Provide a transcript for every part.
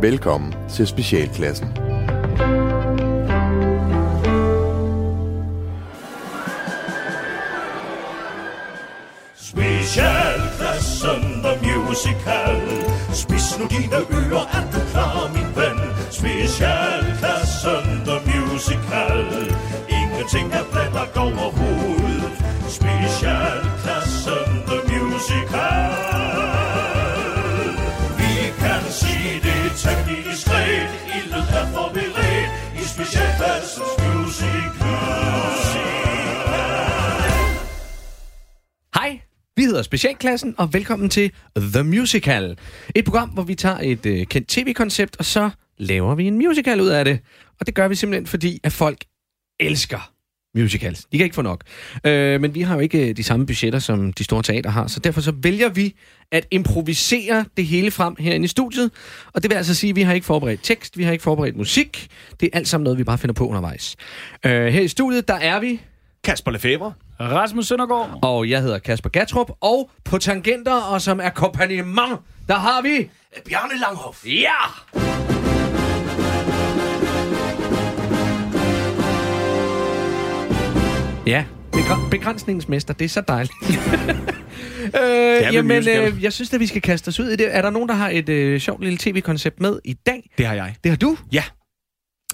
Velkommen til Specialklassen. Specialklassen The Musical Spis nu dine ører, er du klar, min ven? Specialklassen The Musical Ingenting er plet og går overhovedet Specialklassen The Musical Vi kan sige det temmelig diskret Ilden er forberedt i specialklassens musical Hej, vi hedder Specialklassen, og velkommen til The Musical. Et program, hvor vi tager et øh, kendt tv-koncept, og så laver vi en musical ud af det. Og det gør vi simpelthen, fordi at folk elsker musicals. De kan ikke få nok. Øh, men vi har jo ikke øh, de samme budgetter, som de store teater har, så derfor så vælger vi at improvisere det hele frem herinde i studiet. Og det vil altså sige, at vi har ikke forberedt tekst, vi har ikke forberedt musik. Det er alt sammen noget, vi bare finder på undervejs. Øh, her i studiet, der er vi Kasper Lefebvre. Rasmus Søndergaard. Og jeg hedder Kasper Gatrup, og på tangenter, og som er kompagnement, der har vi... Bjarne Langhoff. Ja! Ja, begr- begrænsningsmester, det er så dejligt. øh, jamen, musical. øh, jeg synes at vi skal kaste os ud i det. Er der nogen, der har et øh, sjovt lille tv-koncept med i dag? Det har jeg. Det har du. Ja.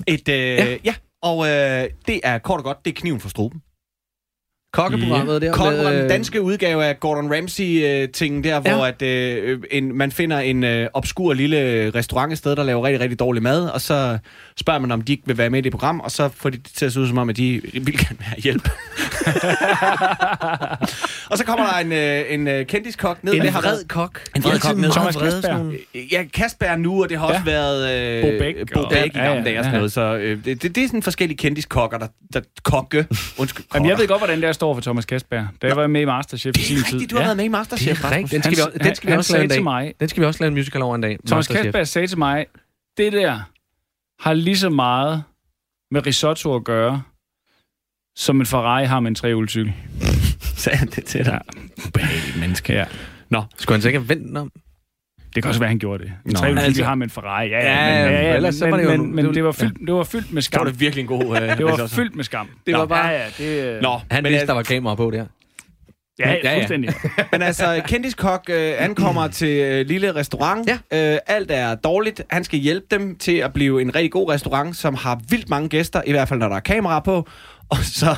Et, øh, Ja. ja. ja. Og øh, det er kort og godt, det er kniven for struben. Kokkeprogrammet der Kort med... øh, den danske udgave af Gordon Ramsay-tingen der, Ja. hvor at, øh, en, man finder en øh, obskur lille restaurant et sted, der laver rigtig, rigtig dårlig mad, og så spørger man, om de ikke vil være med i det program, og så får de det til at se ud som om, at de vil gerne have hjælp. og så kommer der en, øh, en øh, kendiskok ned. og det En har vred været- kok. En vred Altid kok ned. meget Thomas vrede, Glasberg. sådan nogle- Øh, Ja, Kasper er nu, og det har også Ja. været... Øh, Bo Bæk Bo og- Bæk i Ja, gamle ja, dage og sådan ja. noget. Så øh, det, det, det, er sådan forskellige kendiskokker, der, der kokke. Undskyld, kokker. Jamen, jeg ved godt, hvordan det er står for Thomas Kasper. Da jeg var med i Masterchef i det sin er tid. rigtigt, du har været med i Masterchef. Det er rigtigt. Rasmus. Den skal vi, Hans- også- den skal vi han- også han lave en sagde dag. til mig- Den skal vi også lave en musical over en dag. Thomas Masterchef. Kasper sagde til mig, det der har lige så meget med risotto at gøre, som en Ferrari har med en trehjulcykel. Sagde han det til dig. Ubehageligt menneske. Ja. Skulle han så ikke have vendt den om? Det kan også være, han gjorde det. En Nå. trehjulcykel Altså- altså, har med en Ferrari. Ja, Ja, ja, men, ja, men ja, ellers så men, var det jo men, nogle- men det- det, var fyldt, det var fyldt med Det var skam. det virkelig en god... Øh, Det var altså- fyldt med skam. Det var bare- Ja, ja, det... Nå, Han men, vidste, øh, der var kamera på der. Ja, Ja, ja. ja, fuldstændig. men altså, kendiskok øh, ankommer til øh, lille restaurant. Ja. Øh, alt er dårligt. Han skal hjælpe dem til at blive en rigtig god restaurant, som har vildt mange gæster, i hvert fald når der er kamera på. Og så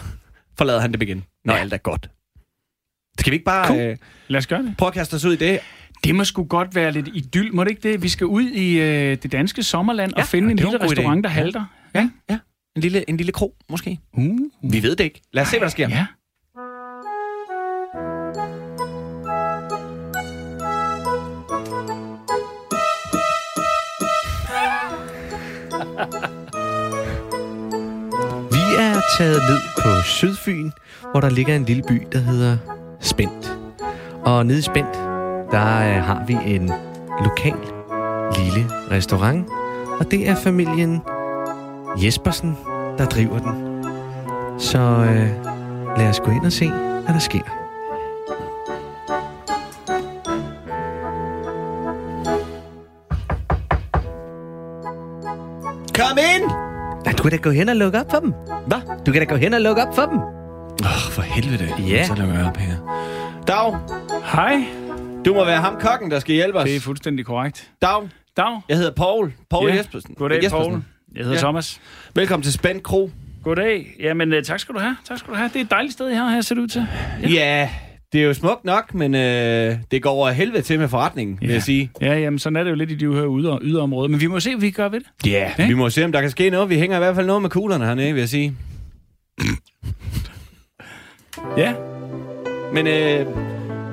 forlader han dem igen, når ja. alt er godt. Skal vi ikke bare Cool. øh, Lad os gøre det. prøve at kaste os ud i det? Det må sgu godt være lidt idyll, må det ikke det? Vi skal ud i øh, det danske sommerland ja, og finde en det er lille en god idé. restaurant, der halter. Ja, ja. En lille, en lille krog, måske. Uh, Vi ved det ikke. Lad os se, hvad der sker. ja. Vi er taget ned på Sydfyn, hvor der ligger en lille by, der hedder Spændt. Og nede i Spændt, der øh, har vi en lokal lille restaurant, og det er familien Jespersen, der driver den. Så øh, lad os gå ind og se, hvad der sker. Kom ind! Nej, du kan da gå hen og lukke op for dem. Hvad? Du kan da gå hen og lukke op for dem. Åh, oh, for helvede. Ja. Så lukker jeg op her. Dag, Hej. du må være ham kokken, der skal hjælpe os. Det er fuldstændig korrekt. Dag, Dag. jeg hedder Paul. Paul Ja. Jespersen. Goddag, Jespersen. Poul. Jeg hedder Ja. ja. Thomas. Velkommen til Spændt Kro. Goddag. Jamen, øh, tak skal du have. Tak skal du have. Det er et dejligt sted, I har her, ser det ud til. Ja, ja det er jo smukt nok, men øh, det går over helvede til med forretningen, ja. vil jeg sige. Ja, jamen, sådan er det jo lidt i de her yder, yderområder. Men vi må se, hvad vi gør ved det. Ja. Ja. Vi må se, om der kan ske noget. Vi hænger i hvert fald noget med kuglerne hernede, vil jeg sige. Ja. Men øh,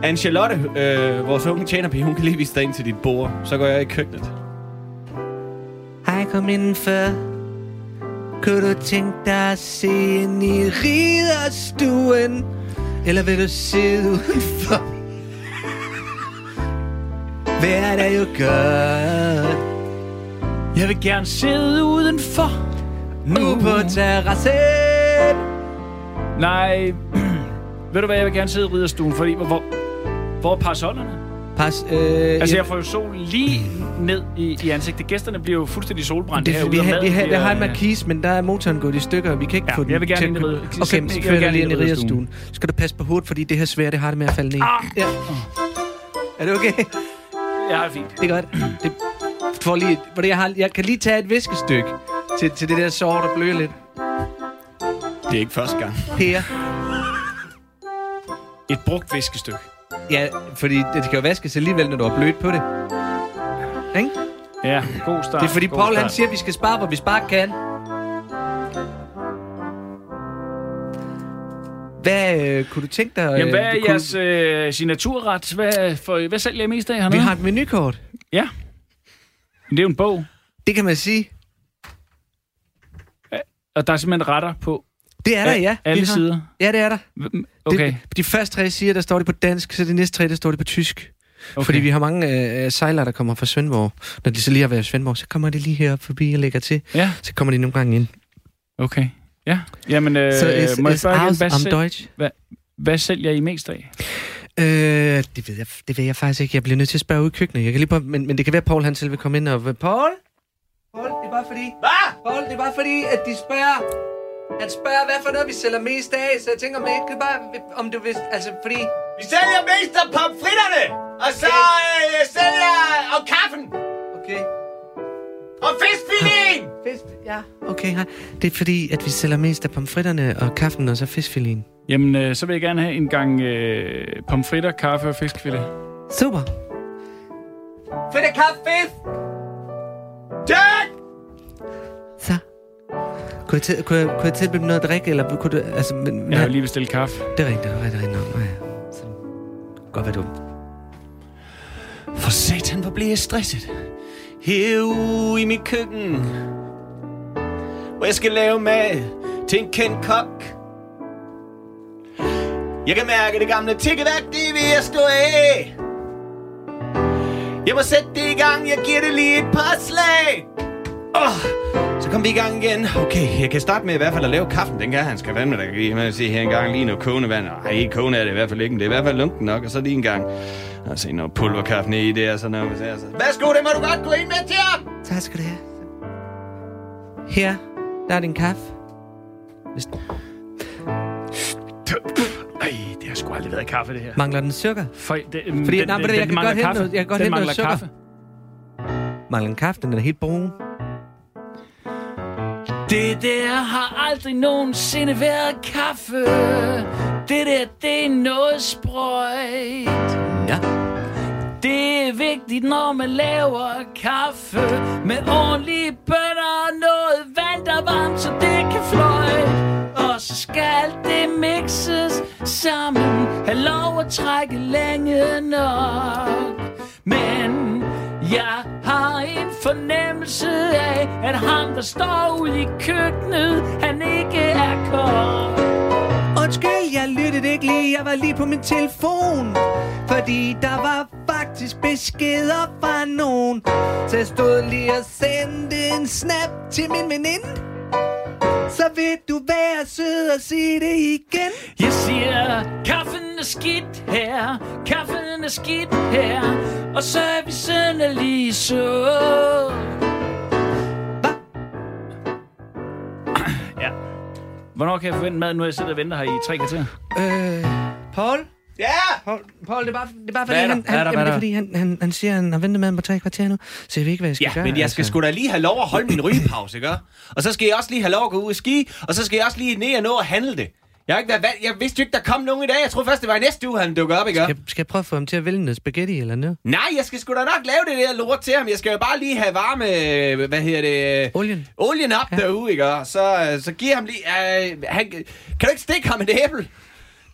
Anne-Charlotte, øh, vores unge tjenerpige, hun kan lige vise dig ind til dit bord. Så går jeg i køkkenet. Hej, kom indenfor. Kunne du tænke dig at se ind i riderstuen? Eller vil du sidde udenfor? Hvad er jo godt? Jeg vil gerne sidde udenfor. Nu på terrassen. Nej. ved du hvad, jeg vil gerne sidde i ridderstuen, fordi hvor, hvor er parasollerne? Pas, øh, Altså, ja. jeg får jo sol lige ned i, i ansigtet. Gæsterne bliver jo fuldstændig solbrændt Det er, herude. vi, og har, maden vi, har, vi bliver- har en markis, men der er motoren gået i stykker, og vi kan ikke Ja, få den jeg vil gerne til ind i at- ride- sæt Okay, den- men så jeg vil kører jeg gerne lige ind ind i i ridderstuen. Skal du passe på hovedet, fordi det her svære, det har det med at falde ned. Ah! Ja. Er det okay? øh, Ja, det er fint. Det er godt. Det får lige, fordi jeg, har, jeg kan lige tage et viskestykke til, til det der sår, der bløder lidt. Det er ikke første gang. Her. Et brugt viskestykke. Ja, fordi det skal jo vaskes alligevel, når du har blødt på det. Ikke? Ja, god start. Det er fordi god Paul han start. siger, at vi skal spare, hvor vi spare kan. Hvad øh, kunne du tænke dig? Jamen, hvad er kunne, jeres øh, signaturret? Hvad, for, hvad sælger I mest af hernede? Vi har et menukort. Ja. Men det er jo en bog, Det kan man sige. og der er simpelthen retter på Det er der, ja. vi alle har. sider. Ja, det er der. Hvem- Det, Okay. Det, De første tre siger, der står det på dansk, så de næste tre, der står det på tysk. okay. Okay. Fordi vi har mange øh, sejlere, der kommer fra Svendborg. Når de så lige har været i Svendborg, så kommer de lige herop forbi og lægger til. Ja, Så kommer de nogle gange ind. okay. Ja, jamen, øh, så es, må jeg es spørge igen, aus hvad, am sæl- Deutsch. hvad sælger I mest af? Øh, det, ved jeg, det ved jeg faktisk ikke. Jeg bliver nødt til at spørge ud i køkkenet. Jeg kan lige på, men, men det kan være, at Paul han selv vil komme ind og... Paul? Paul, det er bare fordi... Hvad? Paul, det er bare fordi, at de spørger... Han spørger, hvad for noget vi sælger mest af, så jeg tænker, om jeg ikke kan bare... Om du vidste... Altså, fordi... Vi sælger mest af pomfritterne, og så øh, jeg sælger og kaffen, Okay, og fiskfilien. fisk... Ja. Okay, hej. Det er fordi, at vi sælger mest af pomfritterne og kaffen og så fiskfilien. Jamen, øh, så vil jeg gerne have en gang øh, pomfritter, kaffe og fiskfilet. Super. Fedt af kaffe, fisk. Tak! Så. Kunne jeg, til, kunne, jeg, kunne jeg tilbyde dem noget at drikke, eller kunne du... Altså, men, Jeg har jo lige bestilt kaffe. Det er rigtigt, det er rigtigt, det er rigtigt nok. Ja, ja. Så. Godt være dumt. For satan, hvor blev jeg stresset. Herude i mit køkken, hvor jeg skal lave mad til en kendt kok. Jeg kan mærke det gamle tikkeværk, det er ved at stå af. Jeg må sætte det i gang, jeg giver det lige et par slag. Så kom vi i gang igen. Okay, jeg kan starte med i hvert fald at lave kaffen. Den kan han skal fandme, der kan lige man se her engang lige noget kogende vand. Nej, ikke kogende er det i hvert fald ikke, men det er i hvert fald lunken nok. Og så lige en gang. Og se noget pulverkaffe ned i det, altså, og sådan noget. Så, så. Værsgo, det må du godt gå ind med, Tjern. Tak skal du have. Her, der er din kaffe. Hvis Ej, det har sgu aldrig været kaffe, det her. mangler den sukker? For, det, øhm, Fordi- nej, men det- jeg kan mangler godt hente kaffe. noget- jeg kan godt den hente noget mangler sukker. kaffe. Mangler den kaffe, den er helt brun. Det der har aldrig nogensinde været kaffe. Det der, det er noget sprøjt. Ja. Det er vigtigt, når man laver kaffe. Med ordentlige bønner og noget vand, der er varmt, så det kan fløjte. Og så skal det mixes sammen. Have lov at trække længe nok. Men jeg har en fornemmelse af, at ham, der står ude i køkkenet, han ikke er kok. Undskyld, jeg lyttede ikke lige. Jeg var lige på min telefon. Fordi der var faktisk beskeder fra nogen. Så jeg stod lige og sendte en snap til min veninde. Så vil du være sød og sige det igen. Jeg siger, kaffen er skidt her, kaffen er skidt her, og servicen er lige så. ja. Hvornår kan jeg forvente mad, nu jeg sidder og venter her i tre kvarter? Øh, Paul? Ja! Paul, Paul, det er bare, det er bare fordi, Hvad er der? han, Hvad er han, der? Hvad jamen, det er er fordi han, han, han siger, at han har ventet med ham på tre kvarter nu, så jeg ved ikke, hvad jeg skal Ja, gøre. altså. men jeg skal sgu da lige have lov at holde min rygepause, ikke? Og så skal jeg også lige have lov at gå ud og ski, og så skal jeg også lige ned og nå at handle det. Jeg, har ikke været, van- jeg vidste jo ikke, der kom nogen i dag. Jeg troede først, det var i næste uge, han dukkede op, ikke? Skal, skal jeg prøve at få ham til at vælge noget spaghetti eller noget? Nej, jeg skal sgu da nok lave det der lort til ham. Jeg skal jo bare lige have varme, øh, hvad hedder det... øh, Olien. Olien op ja. derude, ikke? Og Så, øh, så giver ham lige... Øh, han, kan du ikke stikke ham et æble?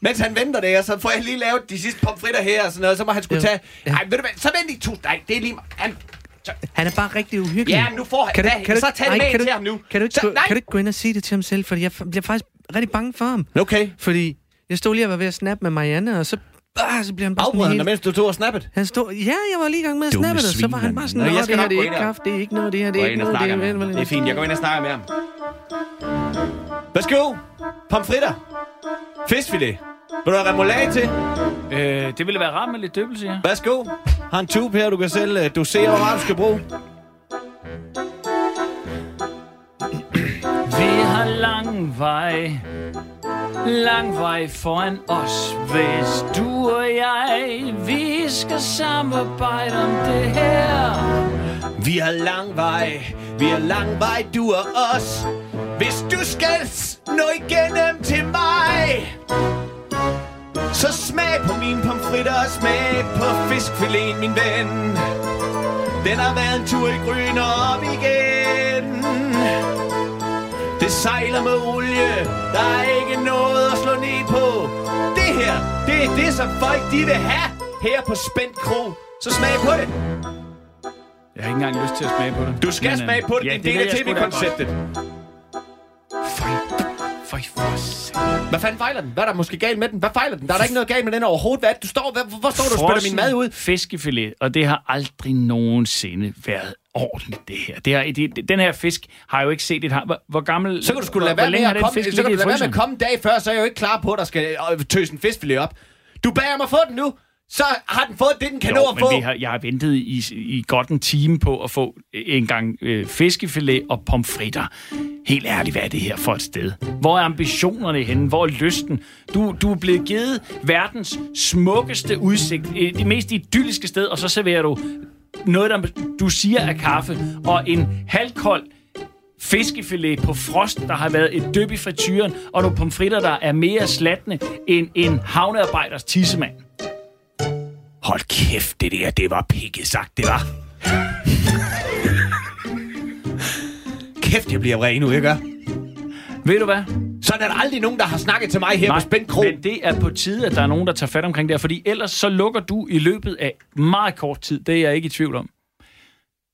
Mens han venter det, og så får jeg lige lavet de sidste pomfritter her og sådan noget. Så må han skulle Jo. tage... Ja. Ej, ved du hvad? Så vent i to... Nej, det er lige... mig. Han, så, Han er bare rigtig uhyggelig. Ja, men nu får han- Hvad? Så tag den nej, med kan til du- ham nu. Kan du, ikke, Så- gå, nej. kan du ikke gå ind og sige det til ham selv, fordi jeg f- bliver faktisk rigtig bange for ham. okay. Fordi jeg stod lige og var ved at snappe med Marianne, og så, ah, så bliver han bare Afbrød sådan han helt... dig, mens du tog og snappet? Han stod, ja, jeg var lige i gang med at Dumme snappe det, og så svin, var han mand. bare sådan, Nå, Nå, jeg det skal her nok det er gå ikke ind og- kaffe, det er ikke noget, det her det er Gå ikke ind og noget. snakker med det, ham. Det er fint, jeg går ind og snakker med ham. Værsgo. Pomfritter. Fiskfilet. Vil du have remoulade til? Øh, det ville være rart med lidt døbelse, ja. Værsgo. Har en tube her, du kan selv øh, dosere, hvor meget du skal bruge. Vi har lang vej, lang vej foran os, hvis du og jeg, vi skal samarbejde om det her. Vi har lang vej, vi har lang vej, du og os. Hvis du skal s- nå igennem til mig, så smag på min pomfritter og smag på fiskfiléen, min ven. Den har været en tur i grøn og op igen. Det sejler med olie, der er ikke noget at slå ned på. Det her, det er det, som folk de vil have her på Spændt Kro. Så smag på det. Jeg har ikke engang lyst til at smage på øhm, det. øh, Du skal smage på det. Det er en del af tv-konceptet. For, for satan. Hvad fanden fejler den? Hvad er der måske galt med den? Hvad fejler den? Der er da ikke noget galt med den overhovedet. Hvad? er det, Du står, hvad, hvor står du og spytter min mad ud? fiskefilet, og det har aldrig nogensinde været ordentligt, det her. Det her det, den her fisk har jeg jo ikke set et har. Hvor, hvor gammel... Så kan du sgu hvor, lade være hvor med længe har at den komme, fisk så kan du ligget i lade være med fryseren? at komme en dag før, så er jeg jo ikke klar på, at der skal øh, tøse en fiskfilet op. Du bager mig få den nu. Så har den fået det, den kan nå at Jo, få. men vi har, jeg har ventet i, i godt en time på at få en gang øh, fiskefilet og pomfritter. Helt ærligt, hvad er det her for et sted? Hvor er ambitionerne henne? Hvor er lysten? Du, du er blevet givet verdens smukkeste udsigt, øh, det mest idylliske sted, og så serverer du noget, der du siger er kaffe, og en halvkold fiskefilet på frost, der har været et døb i frityren, og nogle pomfritter, der er mere slatne end en havnearbejders tissemand. Hold kæft, det der, det var pikket sagt, det var. kæft, jeg bliver vred nu, ikke? Mm. Ved du hvad? Sådan er der aldrig nogen, der har snakket til mig her på Spændt Kro. men det er på tide, at der er nogen, der tager fat omkring det her, fordi ellers så lukker du i løbet af meget kort tid. Det er jeg ikke i tvivl om.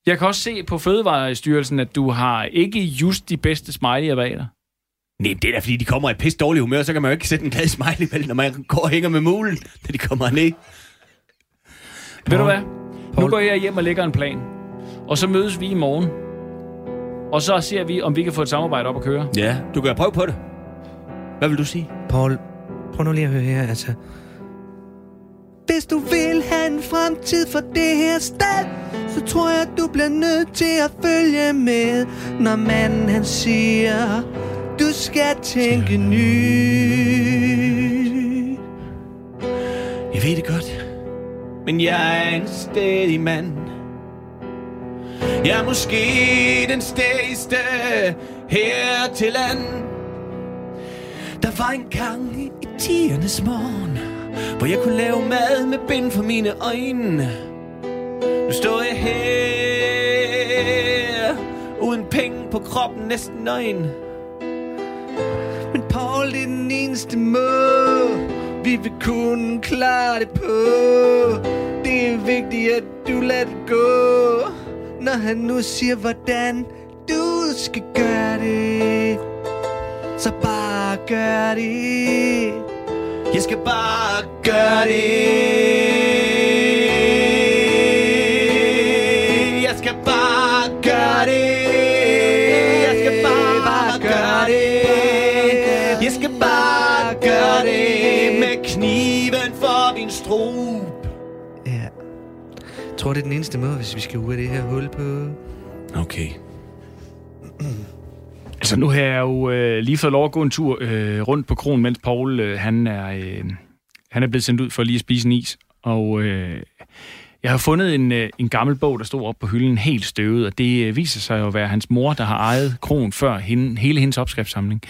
Jeg kan også se på Fødevarestyrelsen, at du har ikke just de bedste smiley'er bag dig. Nej, det er da fordi, de kommer i pis dårlig humør, så kan man jo ikke sætte en glad smiley vel, når man går og hænger med mulen, når de kommer ned. Ved du hvad? Nu går jeg hjem og lægger en plan. Og så mødes vi i morgen. Og så ser vi, om vi kan få et samarbejde op at køre. Ja, du kan prøve på det. Hvad vil du sige? Paul, prøv nu lige at høre her, altså. Hvis du vil have en fremtid for det her sted, så tror jeg, du bliver nødt til at følge med, når manden han siger, du skal tænke nyt. Jeg ved det godt. Men jeg er en stedig mand. Jeg er måske den stedigste her til land. Der var en gang i tiernes morgen, hvor jeg kunne lave mad med bind for mine øjne. Nu står jeg her, uden penge på kroppen, næsten nøgen. Men Paul, det er den eneste måde, vi vil kunne klare det på. Det er vigtigt, at du lader det gå, når han nu siger, hvordan du skal gøre det. Så bare gør det. Jeg skal bare gøre det. Jeg skal bare gøre det. Jeg skal bare gøre det. Jeg skal bare gøre det med kniven for min strub. Ja. Jeg tror, det er den eneste måde, hvis vi skal ud af det her hul på. Okay. Altså, nu har jeg jo øh, lige fået lov at gå en tur øh, rundt på kronen, mens Paul, øh, han, er, øh, han er blevet sendt ud for lige at spise en is. Og øh, jeg har fundet en, øh, en gammel bog, der stod op på hylden helt støvet, og det øh, viser sig jo at være hans mor, der har ejet kronen før hende, hele hendes opskriftssamling.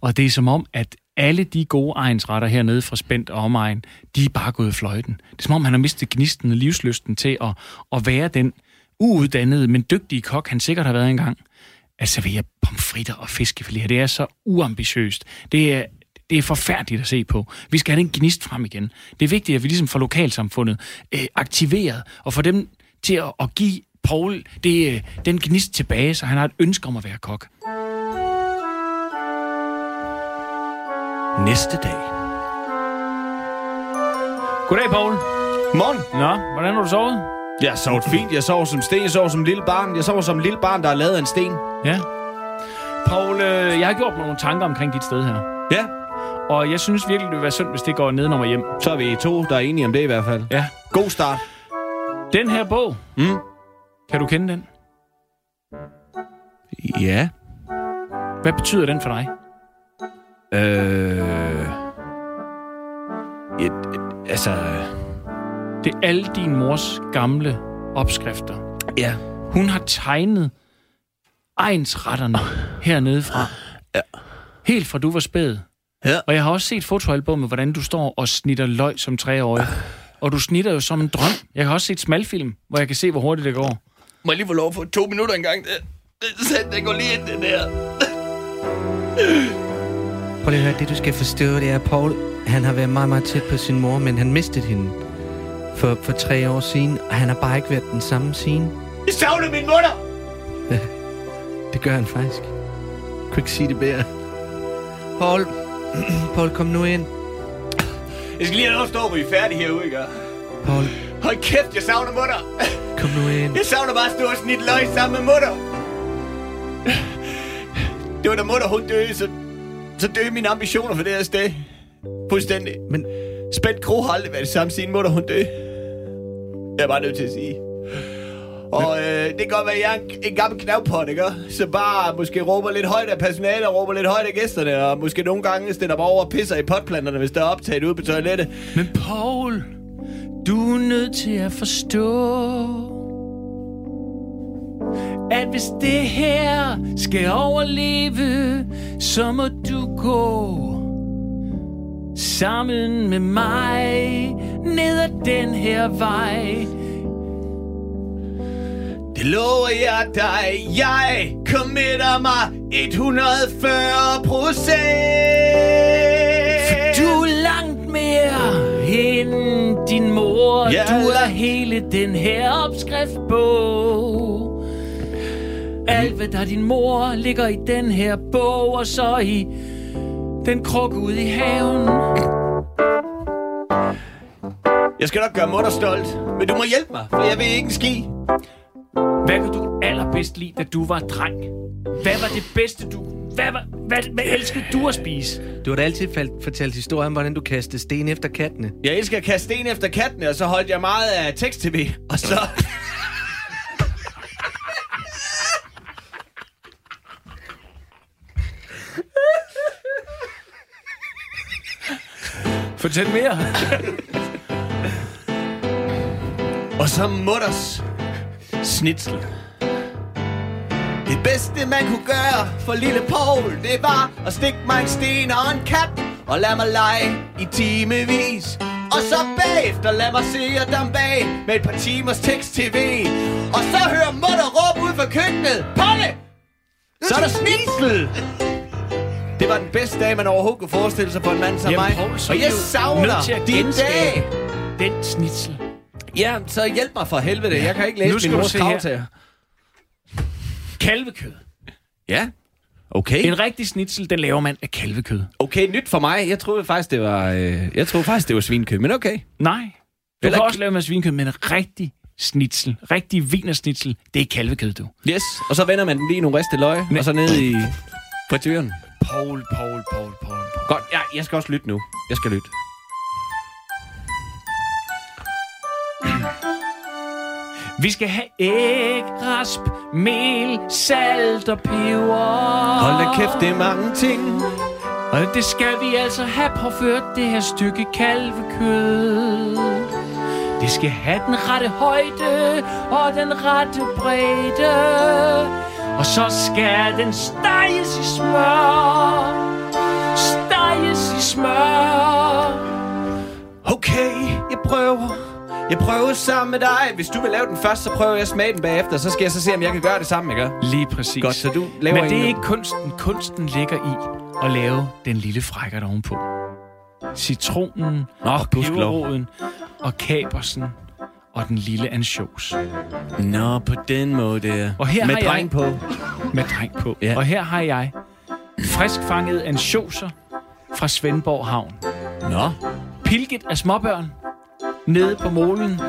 Og det er som om, at alle de gode egensretter hernede fra Spændt og omegn, de er bare gået fløjten. Det er som om, han har mistet gnisten og livsløsten til at, at være den uuddannede, men dygtige kok, han sikkert har været engang at servere pomfritter og fiskefiléer. Det er så uambitiøst. Det er, det er forfærdeligt at se på. Vi skal have den gnist frem igen. Det er vigtigt, at vi ligesom får lokalsamfundet øh, aktiveret og får dem til at, at give Paul det, øh, den gnist tilbage, så han har et ønske om at være kok. Næste dag. Goddag, Paul. Morgen. Nå, hvordan har du sovet? Jeg sov fint. Jeg sov som sten. Jeg sov som lille barn. Jeg sov som lille barn, der er lavet af en sten. Ja. Paul, øh, jeg har gjort mig nogle tanker omkring dit sted her. Ja. Og jeg synes virkelig, det vil være synd, hvis det går nedenom og hjem. Så er vi to, der er enige om det i hvert fald. Ja. God start. Den her bog. Mm. Kan du kende den? Ja. Hvad betyder den for dig? Øh... Et, et, altså... Det er alle din mors gamle opskrifter. Ja. Hun har tegnet egensretterne hernede fra. Ja. Helt fra du var spæd. Ja. Og jeg har også set fotoalbummet, hvordan du står og snitter løg som treårig. Og du snitter jo som en drøm. Jeg har også set smalfilm, hvor jeg kan se, hvor hurtigt det går. Må jeg lige få lov at få to minutter engang? Det, det, det, det går lige ind, det der. Prøv lige at høre, det du skal forstå, det er, at Paul, han har været meget, meget tæt på sin mor, men han mistede hende for, for tre år siden, og han har bare ikke været den samme siden. Jeg savner min mutter! Det gør han faktisk. Kunne ikke sige det bedre. Paul, Paul, kom nu ind. Jeg skal lige have lov at stå, hvor I er færdige herude, ikke? Paul, Hold kæft, jeg savner mutter! kom nu ind. Jeg savner bare at stå og snitte løg sammen med mutter! Det var da mutter, hun døde, så, så døde mine ambitioner for det her sted. Fuldstændig. Men Spændt Kro har aldrig været det samme siden mutter, hun døde. Jeg er bare nødt til at sige. Og øh, det kan godt være, at jeg er en, en gammel knavpot, ikke? Så bare måske råber lidt højt af personalet, og råber lidt højt af gæsterne, og måske nogle gange stiller bare over og pisser i potplanterne, hvis der er optaget ude på toilettet. Men Paul, du er nødt til at forstå, at hvis det her skal overleve, så må du gå sammen med mig ned ad den her vej. Det lover jeg dig, jeg committer mig 140 procent. Du er langt mere end din mor. Ja. Du er hele den her opskrift på. Alt hvad der din mor ligger i den her bog, og så i den krukke ude i haven. Jeg skal nok gøre mutter stolt, men du må hjælpe mig, for jeg ved ikke en ski. Hvad kan du allerbedst lide, da du var dreng? Hvad var det bedste, du... Hvad, var, hvad, hvad elskede du at spise? du har da altid falt- fortalt historien om, hvordan du kastede sten efter kattene. Jeg elsker at kaste sten efter kattene, og så holdt jeg meget af tekst-tv. Og så... Fortæl mere. Og så mutters snitsel. Det bedste, man kunne gøre for lille Paul, det var at stikke mig en sten og en kat, og lad mig lege i timevis. Og så bagefter lad mig se og dampe bag med et par timers tekst-tv. Og så hører mutter råbe ud fra køkkenet, Palle! Så er der snitsel! Det var den bedste dag, man overhovedet kunne forestille sig for en mand som Jamen, mig. Poul, så er og jeg du savner nødt til at din genskabe dag! Den snitsel. Ja, så hjælp mig for helvede. Jeg kan ikke Nu læse skal min du mors se her. krav til jer. Kalvekød. Ja. Okay. En rigtig snitsel, den laver man af kalvekød. Okay, nyt for mig. Jeg troede faktisk, det var, øh, jeg troede faktisk, det var svinkød, men okay. Nej. Du Eller kan ikke- også lave med svinekød, men rigtig snitsel, rigtig vinersnitsel, det er kalvekød, du. Yes. Og så vender man den lige i nogle riste løg, og så ned i frityren. Paul, Paul, Paul, Paul. Paul. Godt, ja, jeg skal også lytte nu. Jeg skal lytte. Vi skal have æg, rasp, mel, salt og peber. Hold da kæft, det er mange ting. Og det skal vi altså have påført, det her stykke kalvekød. Det skal have den rette højde og den rette bredde. Og så skal den steges i smør. Steges i smør. Okay, Jeg prøver. Jeg prøver sammen med dig. Hvis du vil lave den først, så prøver jeg at smage den bagefter. Så skal jeg så se, om jeg kan gøre det sammen, ikke? Lige præcis. Godt, så du laver Men det en er nu. ikke kunsten. Kunsten ligger i at lave den lille frækker ovenpå. Citronen, Nå, og gudskelov. peberroden, og kabersen, og den lille ansjos. Nå, på den måde. Og her med har jeg- dreng på. Med dreng på. Ja. Og her har jeg friskfanget ansjoser fra Svendborg Havn. Nå. Pilket af småbørn nede på molen.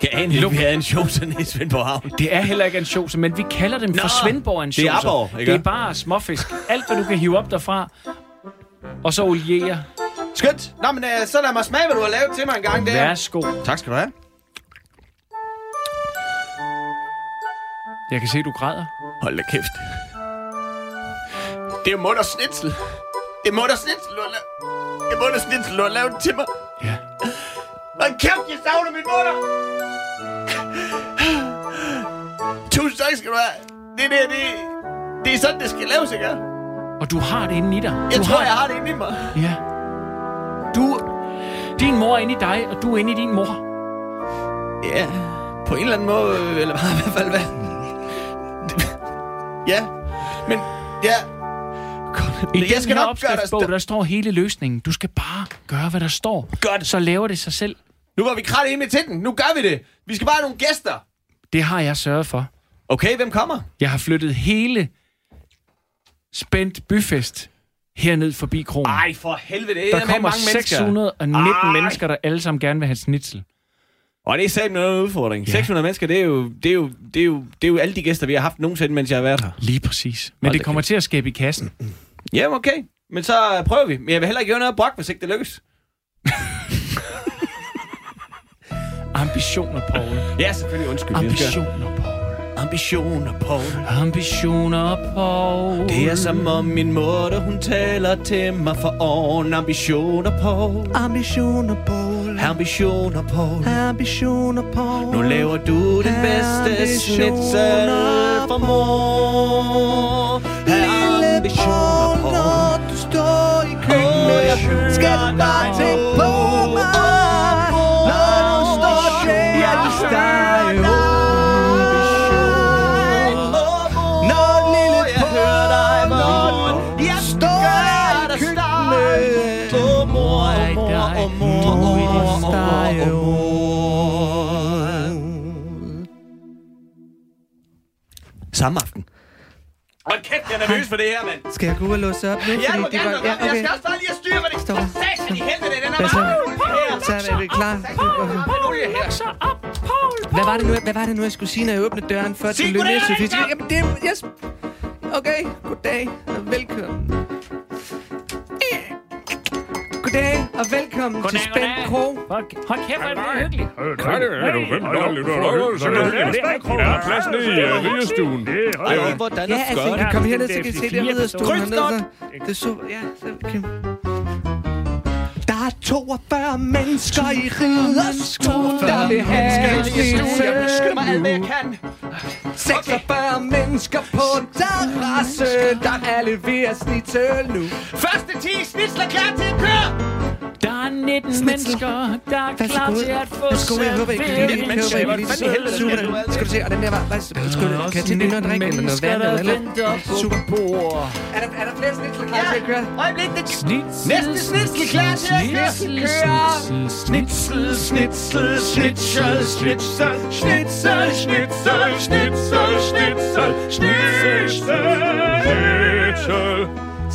Kan jeg anede, Luk. vi havde en show sådan i Svendborg Havn. Det er heller ikke ansjoser, men vi kalder dem for Svendborg ansjoser. det er aborre, ikke? Det er bare småfisk. Alt, hvad du kan hive op derfra. Og så olier. Skønt. Nå, men øh, så lad mig smage, hvad du har lavet til mig en gang der. Værsgo. Tak skal du have. Jeg kan se, du græder. Hold da kæft. Det er mutter snitsel. Det er mutter snitsel, du har lavet. Det er mutter snitsel, du har lavet til mig. Ja. Hold kæft, jeg savner min mutter. Tusind tak skal du have. Det er det, det, det er sådan, det skal laves, ikke? Jeg Og du har det inde i dig. Du tror, har... jeg har det inde i mig. Ja. Du... Din mor er inde i dig, og du er inde i din mor. Ja, på en eller anden måde, øh, eller bare i hvert fald, hvad? Ja, men ja. I Jeg den her skal nok gøre dig opskriftsbog, sta- der står hele løsningen. Du skal bare gøre, hvad der står. Godt. Så laver det sig selv. Nu var vi kratte ind med til den. Nu gør vi det. Vi skal bare have nogle gæster. Det har jeg sørget for. Okay, hvem kommer? Jeg har flyttet hele Spændt Byfest herned forbi kronen. Ej, for helvede, det er der med kommer mange mennesker. 619 Ej. mennesker. mennesker, der alle sammen gerne vil have et snitsel. Og det er sammen noget af en udfordring. Ja. 600 mennesker, det er, jo, det, er jo, det, er jo, det er jo alle de gæster, vi har haft nogensinde, mens jeg har været her. Lige præcis. Men det kommer til at skabe i kassen. Jamen, okay. Men så prøver vi. Men jeg vil heller ikke gøre noget brok, hvis ikke det lykkes. Ambitioner, Paul. Ja, selvfølgelig. Undskyld. jeg skal- Ambitioner, Paul. Ambitioner, Paul. Ambitioner, Paul. Det er som om min mor, hun taler til mig for åren. Ambitioner, Paul. Ambitioner, Paul. Ambitioner, Paul. Ambitioner, Paul. Nu laver du den bedste snitsel for mor. Ambitioner, Paul. du står i køkkenet, skal du bare tænke på mig. Når du står der i stedet. Når lille Paul, jeg står der i køkkenet. Samme aften. Hold kæft, jeg er nervøs for det her, mand. Skal jeg gå ud og låse op nu? Ja, du må det gerne lukke op. Jeg skal også bare lige have styr på det. Stop. Sæt, de henter det. Den er Hvad så? meget Så er vi klar. Hvad var, det nu, hvad var det nu, jeg skulle sige, når jeg åbnede døren for Sig til Lønne goddag, Sofie? Jacob! Jamen, det er... Yes. Okay, goddag og velkommen. Goddag og velkommen goddag, til Spænd Kro. Hold, hold kæft, hvor er det hyggeligt. Ej, hvordan Ja, altså, I kan komme herned, så kan I se det hernede af stolen Krydstogt! hernede. så- Det er super, ja. så kan- Der er 42 mennesker i riders der vil have et snitsel. mig alt, hvad jeg kan. 46 mennesker på en terrasse, der er leveret snitsel nu. Første 10 snitsler klar til at køre. Der er 19 mennesker, der er Vær så klar god. til at få Værsgo, jeg håber ikke, det er serveret. lidt men mennesker. Jeg hvad håber ikke, fanden i helvede Super, skal du have? skal du se, og den der var... Hvad, skal du, kan jeg Også tænde den 19 og drikke eller noget mennesker, vand der eller venter noget? på Super. bord. Er der, er der flere snitsler klar til at køre? Øjeblik, det Snitsel, Næste snitsel klar til at køre. snitsel, Kør. snitsel, Snitsel, snitsel, snitsel, snitsel, snitsel, snitsel, snitsel, snitsel, snitsel, snitsel.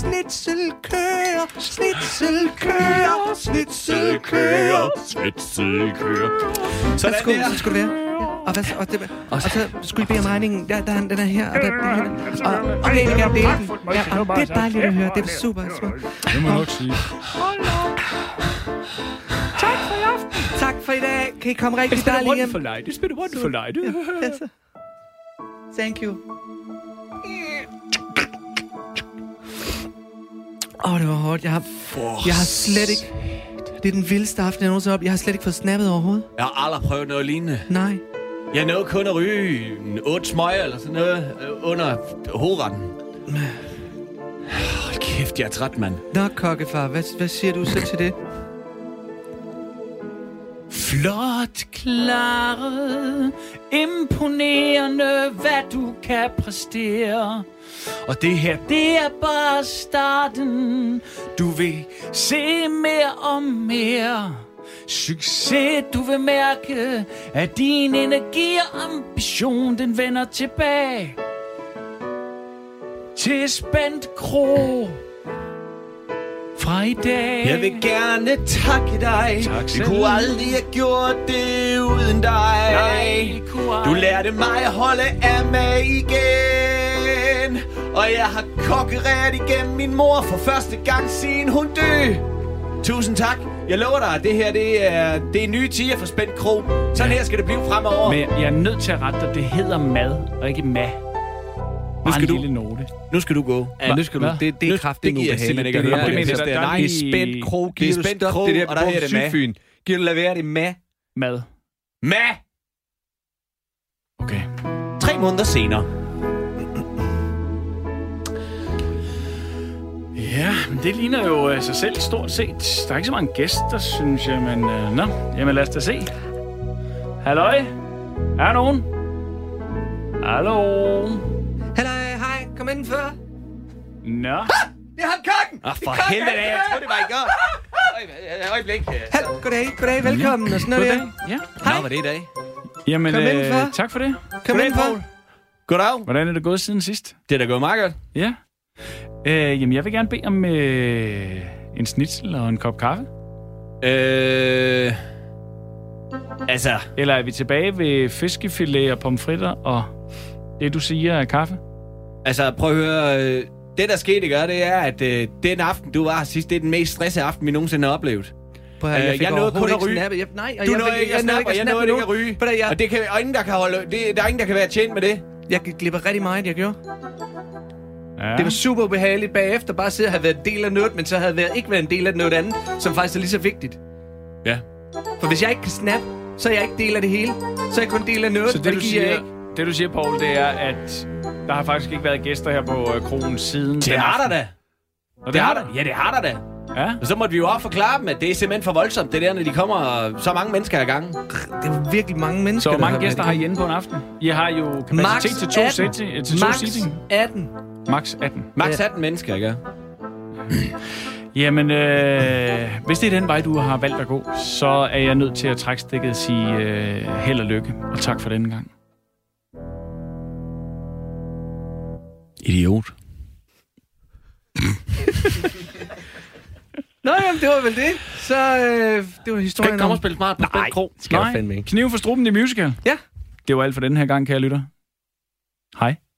Snitsel kører, snitsel kører, snitsel kører. kører, snitsel kører. Sådan Værsgo, der. så skulle det være. Ja, Og, hvad, så- og, det, og så skulle I bede om regningen. Ja, der er den er her, og der den er her. Og, og vi vil gerne dele den. Ja, og det er dejligt at høre. Det er super smukt. Det må jeg nok sige. Tak for i dag. Kan I komme rigtig dejligt hjem? dig. Det spiller rundt for dig. Altså. Thank you. Åh, oh, det var hårdt. Jeg har, jeg har slet ikke... Det er den vildeste aften, jeg nogensinde har op. Jeg har slet ikke fået snappet overhovedet. Jeg har aldrig prøvet noget lignende. Nej. Jeg nåede kun at ryge en otte smøger eller sådan noget øh, under hovedretten. Hold kæft, jeg er træt, mand. Nå, kokkefar, hvad, hvad siger du så til det? Flot klaret, imponerende, hvad du kan præstere. Og det her, det er bare starten. Du vil se mere og mere. Succes, du vil mærke, at din energi og ambition, den vender tilbage. Til spændt kro fra i dag. Jeg vil gerne takke dig. Tak Vi selv. kunne aldrig have gjort det uden dig. Nej, vi kunne Du aldrig. lærte mig at holde af mig igen. Og jeg har kokkereret igennem min mor for første gang siden hun døde. Tusind tak. Jeg lover dig, at det her det er, det er nye tiger for Spændt Kro. Sådan her skal det blive fremover. Men jeg, jeg er nødt til at rette dig. Det hedder mad, og ikke mad. Nu skal skal en du- lille note. Nu skal du gå. Ja, nu skal du. Hvad? Det, det er kraftigt det giver jeg simpelthen ikke at det, høre på. det, Jeg det, mener, det, der- der- Nej, der- spændt krog. Det Giver er du spændt stop krog, det der, og der på her er det med. Sydfyn? Giver du lade være det med? Mad. Mæh! Okay. Tre måneder senere. Ja, men det ligner jo øh, sig selv stort set. Der er ikke så mange gæster, synes jeg, men... Øh, nå, jamen lad os da se. Halløj? Er der nogen? Hallo? Halløj, hej, kom indenfor. Nå. Det er ham kokken! Åh, for helvede af, jeg troede, det var i går. øh, Øj- Øjeblik. Hallo, goddag, goddag, velkommen og sådan noget Goddag. der. Ja. Hej, Hvad var det i dag? Jamen, Kom indenfor. øh, tak for det. kom indenfor. Goddag. Hvordan er det gået siden sidst? Det er da gået meget godt. Ja. Øh, jamen, jeg vil gerne bede om øh, en snitsel og en kop kaffe. Øh... Altså, Eller er vi tilbage ved fiskefilet og pomfritter og det, du siger er kaffe? altså prøv at høre. øh, Det, der skete, gør, det er, at øh, den aften, du var her sidst, det er den mest stressede aften, vi nogensinde har oplevet. Prøv, Øh, jeg nåede kun at ryge. Jeg, nej, og Du jeg, nåede fik- ikke at snappe, og jeg nåede ikke at ryge. Fordi jeg, Og det kan, og ingen, der kan holde, det, der er ingen, der kan være tjent med det. jeg gik glip af rigtig meget, jeg gjorde. Ja. Det var super ubehageligt bagefter bare at sidde og have været en del af noget, men så havde været, ikke været en del af noget andet, som faktisk er lige så vigtigt. Ja. For hvis jeg ikke kan snap, så er jeg ikke del af det hele. Så er jeg kun del af noget, Så og det, du giver jeg siger, ikke. det, du siger, Poul, det er, at der har faktisk ikke været gæster her på øh, kronen siden. Det har der da. Og Det har der. Ja, det har der da. Ja. Og så måtte vi jo også forklare dem, at det er simpelthen for voldsomt, det der, når de kommer øh, så mange mennesker ad gangen. Det er virkelig mange mennesker, Så hvor der mange været gæster har I inde. inde på en aften? I har jo kapacitet Max til to, 18. seti- øh, til to Max seating. 18. Max 18. Max 18 mennesker, ikke? Jamen, øh, hvis det er den vej, du har valgt at gå, så er jeg nødt til at trække stikket og sige øh, held og lykke. Og tak for denne gang. Idiot. Nå, jamen, det var vel det. Så øh, det var historien om... spille smart på Nej, skal jeg fandme ikke. Kniv for struben i musical. Ja. Det var alt for denne her gang, kære lytter. Hej.